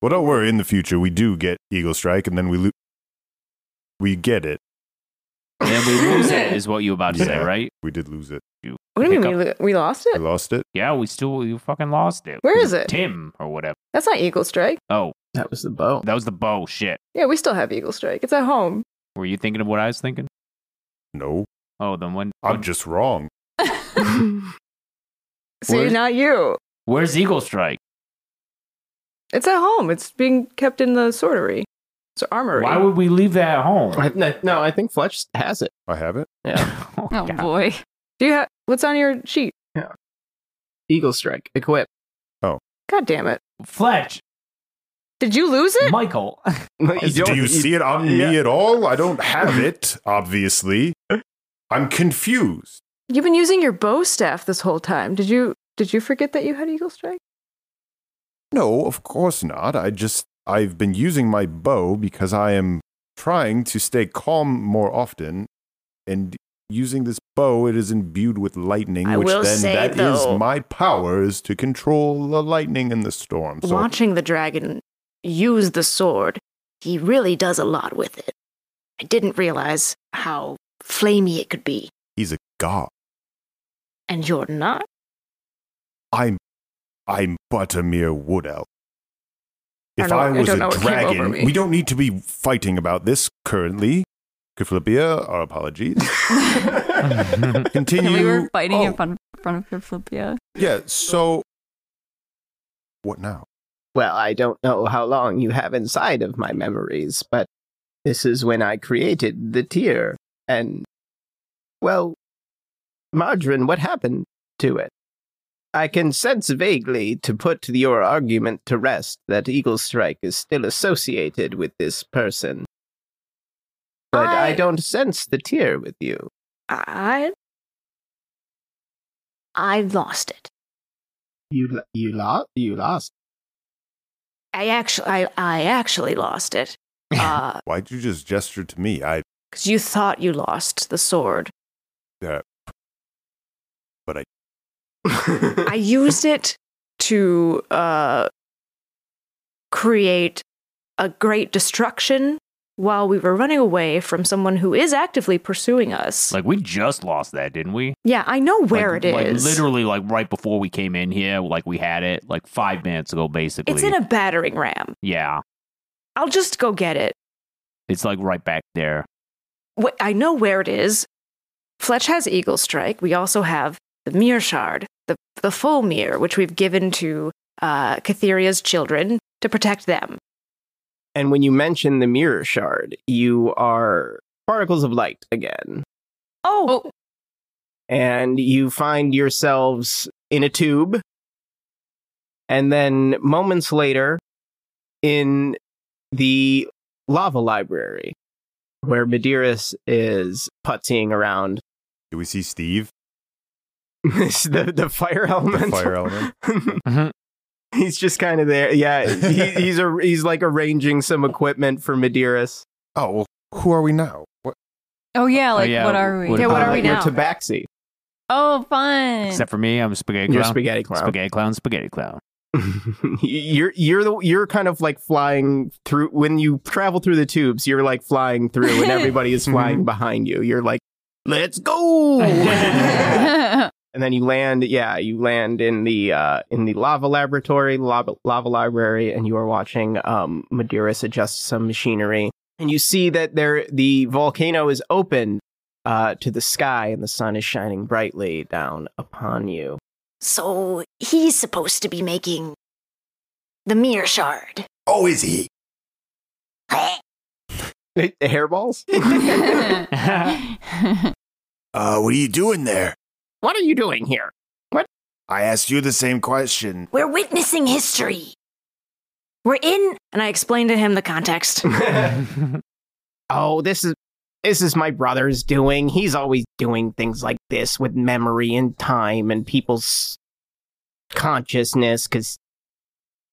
Speaker 4: Well, don't worry. In the future, we do get Eagle Strike, and then we lo- we get it.
Speaker 2: then we lose it, is what you were about to say,
Speaker 4: Yeah.
Speaker 2: right?
Speaker 4: We did lose it.
Speaker 2: You
Speaker 6: What do you
Speaker 2: pick
Speaker 6: mean?
Speaker 2: up-
Speaker 6: We, lo- we lost
Speaker 4: We
Speaker 6: it?
Speaker 4: lost it.
Speaker 2: Yeah, we still you fucking lost it.
Speaker 6: Where is it?
Speaker 2: Tim or whatever.
Speaker 6: That's not Eagle Strike.
Speaker 2: Oh,
Speaker 1: that was the
Speaker 2: *laughs*
Speaker 1: bow.
Speaker 2: that was the bow. Shit.
Speaker 6: Yeah, we still have Eagle Strike. It's at home.
Speaker 2: Were you thinking of what I was thinking?
Speaker 4: No,
Speaker 2: Oh, then when?
Speaker 4: I'm just wrong.
Speaker 6: See,
Speaker 2: Where-
Speaker 6: not you.
Speaker 2: Where's Eagle Strike?
Speaker 6: It's at home. It's being kept in the sortery. It's armory.
Speaker 2: Why would we leave that at home?
Speaker 1: I, no, no, I think Fletch has it.
Speaker 4: I have it.
Speaker 1: Yeah.
Speaker 2: *laughs* Oh,
Speaker 3: oh
Speaker 2: God.
Speaker 3: boy.
Speaker 6: do you have? What's on your sheet?
Speaker 1: Eagle Strike, equip.
Speaker 6: God damn it! *laughs*
Speaker 2: Fletch,
Speaker 6: Did you lose it?
Speaker 2: Michael. *laughs*
Speaker 1: You
Speaker 4: Do
Speaker 1: don't-
Speaker 4: you see it on me
Speaker 1: Yeah.
Speaker 4: at all? I don't have it, obviously. I'm confused.
Speaker 6: You've been using your bow staff this whole time. Did you? Did you forget that you had Eagle Strike?
Speaker 4: No, of course not. I just, I've been using my bow because I am trying to stay calm more often. And using this bow, it is imbued with lightning,
Speaker 5: I
Speaker 4: which
Speaker 5: will
Speaker 4: then
Speaker 5: say,
Speaker 4: that is
Speaker 5: though-
Speaker 4: my power is to control the lightning and the storm. So
Speaker 5: Watching the dragon use the sword, he really does a lot with it. I didn't realize how flamey it could be,
Speaker 4: he's a god.
Speaker 5: and you're not.
Speaker 4: I'm, I'm but a mere wood elf.
Speaker 6: I
Speaker 4: If
Speaker 6: don't know-
Speaker 4: I,
Speaker 6: I
Speaker 4: was
Speaker 6: don't
Speaker 4: a
Speaker 6: know what came over
Speaker 4: dragon,
Speaker 6: me.
Speaker 4: we don't need to be fighting about this currently. Keflipia, our apologies.
Speaker 6: *laughs*
Speaker 4: Continue.
Speaker 3: And we were fighting
Speaker 4: oh,
Speaker 3: in front in front of Flipia.
Speaker 4: Yeah. So, what now?
Speaker 1: Well, I don't know how long you have inside of my memories, but this is when I created the tier. And, well, Margarine, what happened to it? I can sense vaguely, to put your argument to rest, that Eagle Strike is still associated with this person. But I,
Speaker 5: I-
Speaker 1: don't sense the tier with you.
Speaker 6: I
Speaker 5: I lost it.
Speaker 1: You you lost. You *laughs* lost.
Speaker 6: I actually I, I actually
Speaker 2: *laughs*
Speaker 6: lost it. Uh
Speaker 4: Why'd you just gesture to me? I,
Speaker 6: 'cause you thought you lost the sword. I used it to uh create a great destruction while we were running away from someone who is actively pursuing us.
Speaker 2: Like we just lost that, didn't we?
Speaker 6: yeah, I know where
Speaker 2: Like-
Speaker 6: it is.
Speaker 2: like, literally, like right before we came in here, like we had it like five minutes ago, basically.
Speaker 6: It's in a battering ram.
Speaker 2: yeah.
Speaker 6: I'll just go get it.
Speaker 2: It's like right back there.
Speaker 6: Wh- I know where it is. Fletch has Eagle Strike. We also have the Mirror Shard, the, the full mirror, which we've given to uh, Catheria's children to protect them.
Speaker 1: And when you mention the mirror shard, you are particles of light again.
Speaker 6: Oh,
Speaker 3: Oh.
Speaker 1: And you find yourselves in a tube. And then moments later, in the lava library, where Medeiros is puttying around *laughs*
Speaker 4: do we see Steve?
Speaker 1: the, the fire *laughs*
Speaker 4: The
Speaker 1: element.
Speaker 4: fire element.
Speaker 2: Mhm.
Speaker 1: *laughs* he's just kind of there. Yeah, he, he's, a, he's like arranging some equipment for Medeiros.
Speaker 4: Oh, well, who are we now? What?
Speaker 3: Oh yeah, like
Speaker 2: yeah,
Speaker 3: what are we?
Speaker 2: what- Yeah, what are we
Speaker 1: you're
Speaker 3: now?
Speaker 1: Uh, Tabaxi.
Speaker 3: oh, fun.
Speaker 2: Except for me, I'm spaghetti
Speaker 1: You're
Speaker 2: clown.
Speaker 1: spaghetti clown.
Speaker 2: Spaghetti clown, spaghetti clown.
Speaker 1: *laughs* you're you're the you're kind of like flying through when you travel through the tubes. You're like flying through, and everybody is flying behind you. You're like, let's go, and then you land. Yeah, you land in the uh, in the lava laboratory, lava, lava library, and you are watching um, Madeiras adjust some machinery, and you see that there the volcano is open uh, to the sky, and the sun is shining brightly down upon you.
Speaker 5: So he's supposed to be making the mirror shard. *laughs*
Speaker 4: Oh, is he?
Speaker 1: Hairballs.
Speaker 4: Uh, what are you doing there?
Speaker 1: *laughs* What are you doing here?
Speaker 4: I asked you the same question.
Speaker 5: We're witnessing history. We're in.
Speaker 6: and I explained to him the context.
Speaker 1: oh, this is this is my brother's doing. He's always doing things like this with memory and time and people's consciousness cuz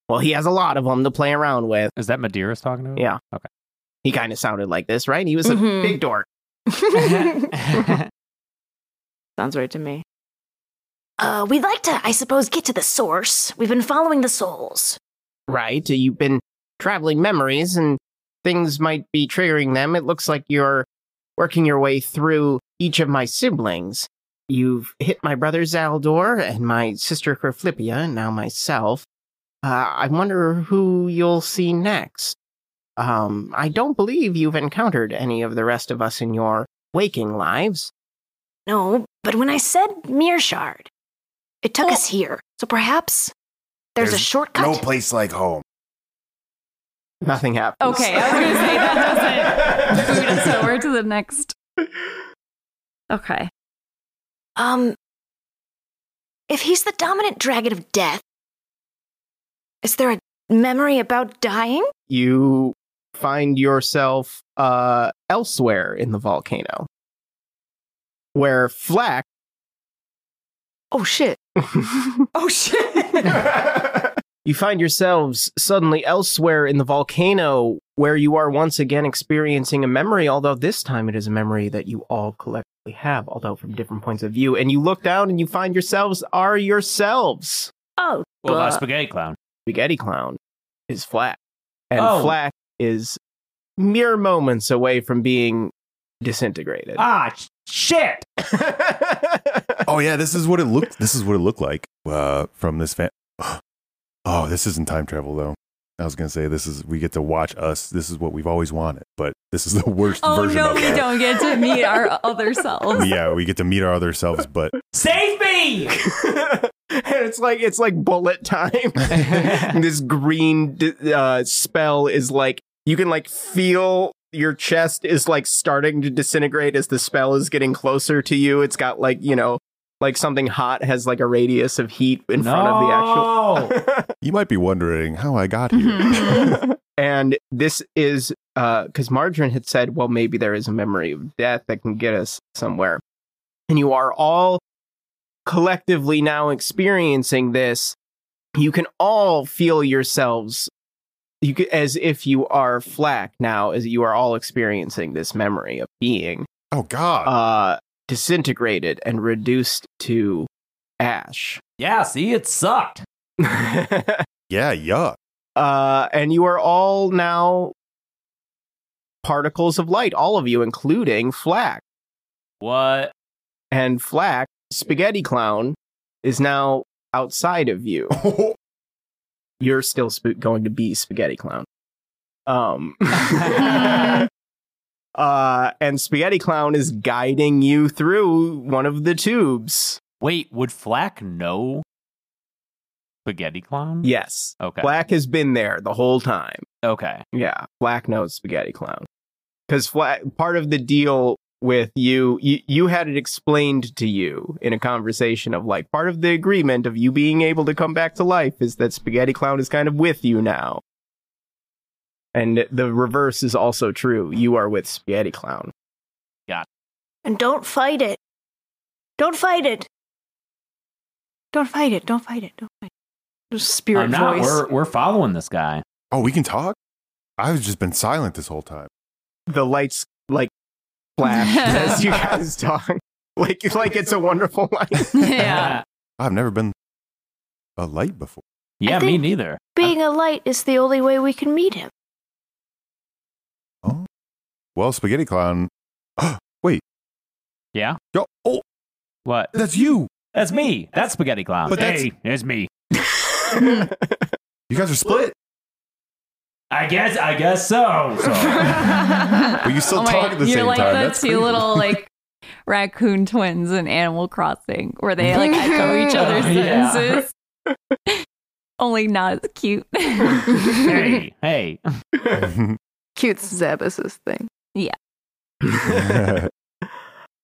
Speaker 1: well, he has a lot of them to play around with.
Speaker 2: Is that Madeira's talking to him?
Speaker 1: Yeah.
Speaker 2: Okay.
Speaker 1: He kind of sounded like this, right? He was a
Speaker 5: Mm-hmm.
Speaker 6: Mhm.
Speaker 1: big dork.
Speaker 2: *laughs*
Speaker 6: Sounds right to me.
Speaker 5: *laughs* Uh, we'd like to, I suppose, get to the source. We've been following the souls.
Speaker 1: right? You've been traveling memories and things might be triggering them. It looks like you're working your way through each of my siblings. You've hit my brother Zaldor and my sister Kerflippia, and now myself. Uh, I wonder who you'll see next. Um, I don't believe you've encountered any of the rest of us in your waking lives.
Speaker 5: No, but when I said mirror shard, it took
Speaker 3: Oh.
Speaker 5: us here. So perhaps there's, a
Speaker 4: There's
Speaker 5: shortcut.
Speaker 4: No place
Speaker 3: *laughs*
Speaker 4: like home.
Speaker 1: Nothing happens.
Speaker 3: okay, I was gonna say that doesn't lead us over to the next. Okay.
Speaker 5: Um, if he's the dominant dragon of death, is there a memory about dying?
Speaker 1: you find yourself uh, elsewhere in the volcano where Flack
Speaker 6: Oh shit. Oh shit.
Speaker 1: you find yourselves suddenly elsewhere in the volcano where you are once again experiencing a memory, although this time it is a memory that you all collectively have, although from different points of view. And you look down and you find yourselves are yourselves.
Speaker 6: oh,
Speaker 2: *laughs* well, not
Speaker 6: Bruh.
Speaker 2: spaghetti clown.
Speaker 1: Spaghetti Clown is Flack. And
Speaker 2: Oh.
Speaker 1: Flack is mere moments away from being disintegrated.
Speaker 2: Ah, sh- shit.
Speaker 4: *laughs* Oh yeah, this is what it looked. This is what it looked like uh, from this fan. *gasps* Oh, this isn't time travel though. I was gonna say this is we get to watch us. This is what we've always wanted, but this is the worst
Speaker 3: Oh
Speaker 4: version
Speaker 3: no,
Speaker 4: of
Speaker 3: we
Speaker 4: that.
Speaker 3: don't get to meet our other
Speaker 4: *laughs*
Speaker 3: selves.
Speaker 4: Yeah, we get to meet our other selves, but
Speaker 2: Save
Speaker 1: *laughs*
Speaker 2: me!
Speaker 1: and it's like it's like bullet time. *laughs* this green d- uh, spell is like you can like feel your chest is like starting to disintegrate as the spell is getting closer to you. It's got like you know like something hot has like a radius of heat in front of the actual. *laughs*
Speaker 4: you might be wondering how I got here.
Speaker 3: Mm-hmm.
Speaker 1: and this uh, is because Margarine had said, well, maybe there is a memory of death that can get us somewhere. and you are all collectively now experiencing this, you can all feel yourselves you c- as if you are flack now, as you are all experiencing this memory of being
Speaker 4: *laughs* Oh God.
Speaker 1: uh, disintegrated and reduced to ash. *laughs*
Speaker 2: Yeah, see, it sucked.
Speaker 4: yeah, yuck.
Speaker 1: uh, and you are all now particles of light, all of you, including Flack.
Speaker 2: What?
Speaker 1: And Flack, Spaghetti Clown, is now outside of you. You're still sp- going to be Spaghetti Clown. Um, uh, and Spaghetti Clown is guiding you through one of the tubes.
Speaker 2: Wait, would Flack know Spaghetti Clown?
Speaker 1: Yes.
Speaker 2: Okay.
Speaker 1: Flack has been there the whole time.
Speaker 2: Okay.
Speaker 1: Yeah, Black knows Spaghetti Clown. Because part of the deal with you, you, you had it explained to you in a conversation of like, part of the agreement of you being able to come back to life is that Spaghetti Clown is kind of with you now. And the reverse is also true. You are with Spaghetti Clown.
Speaker 5: And don't fight it. Don't fight it.
Speaker 6: Don't fight it. Don't fight it. Don't fight it. Just spirit
Speaker 2: I'm not.
Speaker 6: voice.
Speaker 2: We're, we're following this guy.
Speaker 4: Oh, we can talk? I've just been silent this whole time.
Speaker 1: The lights like flash as you guys talk. Like, like it's a wonderful life.
Speaker 3: yeah.
Speaker 4: I've never been a light before.
Speaker 2: *laughs* yeah,
Speaker 5: I
Speaker 2: me
Speaker 5: think-
Speaker 2: neither.
Speaker 5: Being a light is the only way we can meet him.
Speaker 4: Well, Spaghetti Clown. *gasps* Wait.
Speaker 2: Yeah?
Speaker 4: Yo- oh,
Speaker 2: What?
Speaker 4: that's you.
Speaker 2: That's me. That's Spaghetti Clown.
Speaker 4: But that's-
Speaker 2: hey, there's me.
Speaker 4: You guys
Speaker 1: *laughs*
Speaker 4: are split,
Speaker 2: I guess. I guess so.
Speaker 6: *laughs*
Speaker 2: so.
Speaker 4: but you still
Speaker 3: Oh my
Speaker 4: talk
Speaker 3: God,
Speaker 4: at the
Speaker 3: You're
Speaker 4: same
Speaker 3: like
Speaker 4: time.
Speaker 3: the
Speaker 4: That's
Speaker 3: two
Speaker 4: creepy.
Speaker 3: little like raccoon twins in Animal Crossing, where they like echo each other's
Speaker 2: Oh, yeah.
Speaker 3: sentences. *laughs* Only not as cute. Oh.
Speaker 2: hey, hey.
Speaker 4: *laughs*
Speaker 6: Cute Zebus's thing.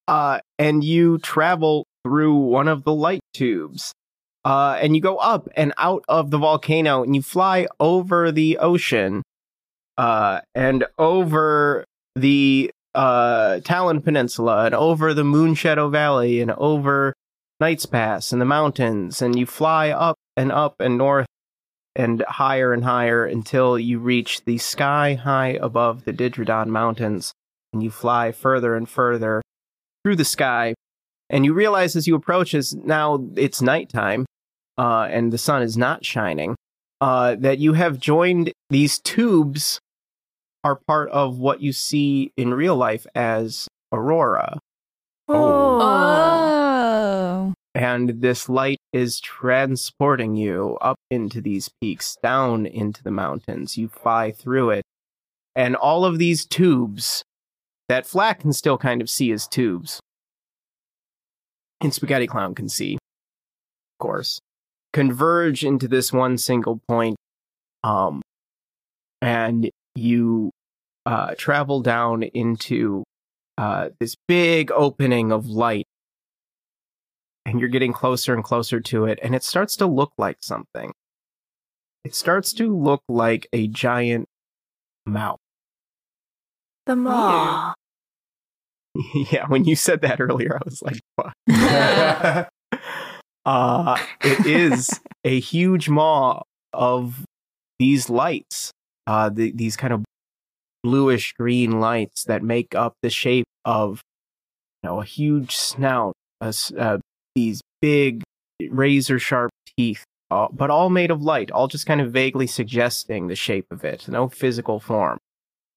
Speaker 1: uh, and you travel through one of the light tubes. Uh, and you go up and out of the volcano and you fly over the ocean uh, and over the uh, Talon Peninsula and over the Moonshadow Valley and over Knight's Pass and the mountains. And you fly up and up and north and higher and higher until you reach the sky high above the Didridon Mountains. And you fly further and further through the sky, and you realize as you approach, as now it's nighttime, uh, and the sun is not shining, uh, that you have joined these tubes are part of what you see in real life as aurora,
Speaker 3: oh.
Speaker 1: and this light is transporting you up into these peaks, down into the mountains. You fly through it, and all of these tubes that Flack can still kind of see as tubes, and Spaghetti Clown can see, of course, converge into this one single point, um, and you uh, travel down into uh, this big opening of light and you're getting closer and closer to it, and it starts to look like something. It starts to look like a giant mouth.
Speaker 6: The mom.
Speaker 5: Aw.
Speaker 1: *laughs* yeah, when you said that earlier, I was like,
Speaker 3: Oh.
Speaker 1: what? uh, it is a huge maw of these lights, uh, the, these kind of bluish green lights that make up the shape of you know, a huge snout, a s uh, these big razor sharp teeth, uh, but all made of light, all just kind of vaguely suggesting the shape of it, no physical form.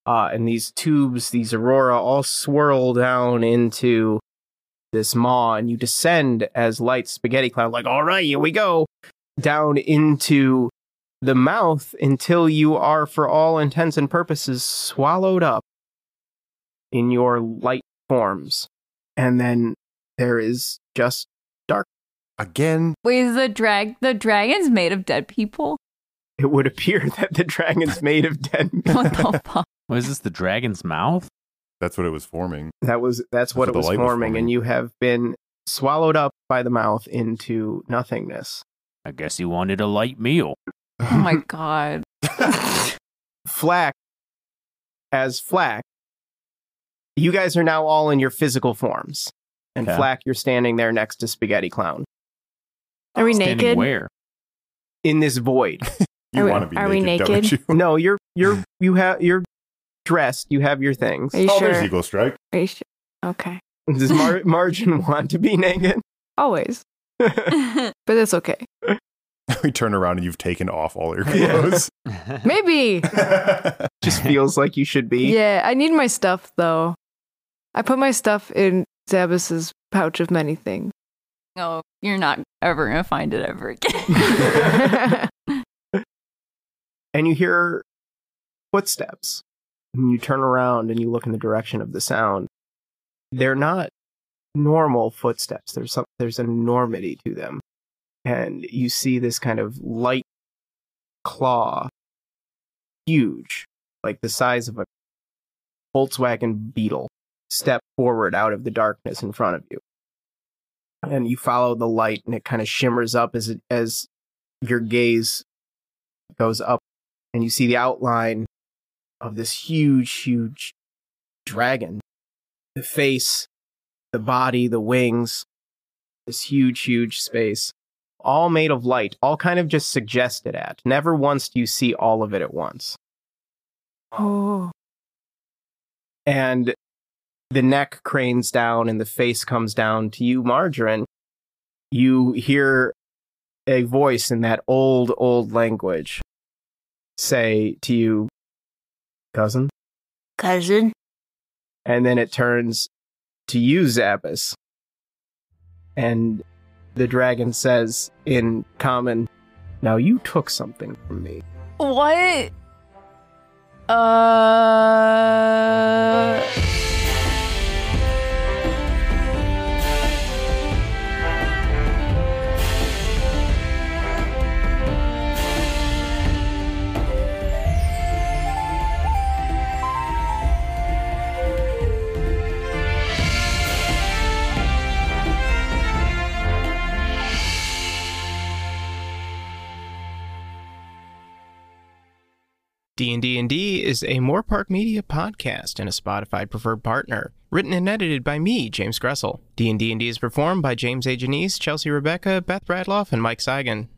Speaker 1: Uh, and these tubes, these aurora, all swirl down into this maw, and you descend as light spaghetti cloud, like, all right, here we go, down into the mouth until you are, for all intents and purposes, swallowed up in your light forms. And then there is just
Speaker 4: *laughs* Again,
Speaker 3: Wait, is the drag the dragon's made of dead people?
Speaker 1: it would appear *laughs* that the dragon's made of dead men.
Speaker 3: What the fuck?
Speaker 2: Was this the dragon's mouth?
Speaker 4: that's what it was forming.
Speaker 1: That was that's what
Speaker 4: what
Speaker 1: it
Speaker 4: the
Speaker 1: was
Speaker 4: light
Speaker 1: forming,
Speaker 4: was
Speaker 1: and
Speaker 4: forming.
Speaker 1: you have been swallowed up by the mouth into nothingness.
Speaker 2: I guess he wanted a light meal.
Speaker 3: Oh my god. *laughs*
Speaker 1: Flack as Flack, you guys are now all in your physical forms. And
Speaker 2: Okay.
Speaker 1: Flack, you're standing there next to Spaghetti Clown
Speaker 6: Are we
Speaker 2: Standing
Speaker 6: naked?
Speaker 2: where?
Speaker 1: in this void. *laughs*
Speaker 6: Are
Speaker 4: *laughs* You
Speaker 6: we-
Speaker 4: want to be
Speaker 6: are we
Speaker 4: naked, don't you?
Speaker 6: naked?
Speaker 1: no, you're you're you have you're dressed. You have your things.
Speaker 6: Are you
Speaker 4: oh,
Speaker 6: sure?
Speaker 4: there's Eagle Strike.
Speaker 6: Are you sure? Okay.
Speaker 1: Does Mar- Margin *laughs* want to be naked?
Speaker 6: Always. But that's okay.
Speaker 4: *laughs* we turn around and you've taken off all your clothes.
Speaker 6: Maybe.
Speaker 4: *laughs*
Speaker 1: Just feels like you should be.
Speaker 6: yeah, I need my stuff though. I put my stuff in Zabas's pouch of many things. *laughs*
Speaker 3: no, Oh, you're not ever gonna find it ever again. *laughs*
Speaker 6: I
Speaker 1: And you hear footsteps. And you turn around and you look in the direction of the sound. They're not normal footsteps. There's some there's an enormity to them. And you see this kind of light claw huge, like the size of a Volkswagen Beetle, step forward out of the darkness in front of you. And you follow the light and it kind of shimmers up as it, as your gaze goes up and you see the outline of this huge, huge dragon. The face, the body, the wings, this huge, huge space, all made of light, all kind of just suggested at. Never once do you see all of it at once.
Speaker 6: Oh.
Speaker 1: And the neck cranes down and the face comes down to you, Margarine. You hear a voice in that old, old language say to you, Cousin,
Speaker 5: Cousin?
Speaker 1: and then it turns to you, Zabbis. And the dragon says in common, Now you took something from me.
Speaker 3: what? Uh.
Speaker 7: D&D and D is a Moore Park Media podcast and a Spotify preferred partner. Written and edited by me, James Gressel. D&D and D is performed by James A. Janice, Chelsea Rebecca, Beth Bradloff, and Mike Seigan.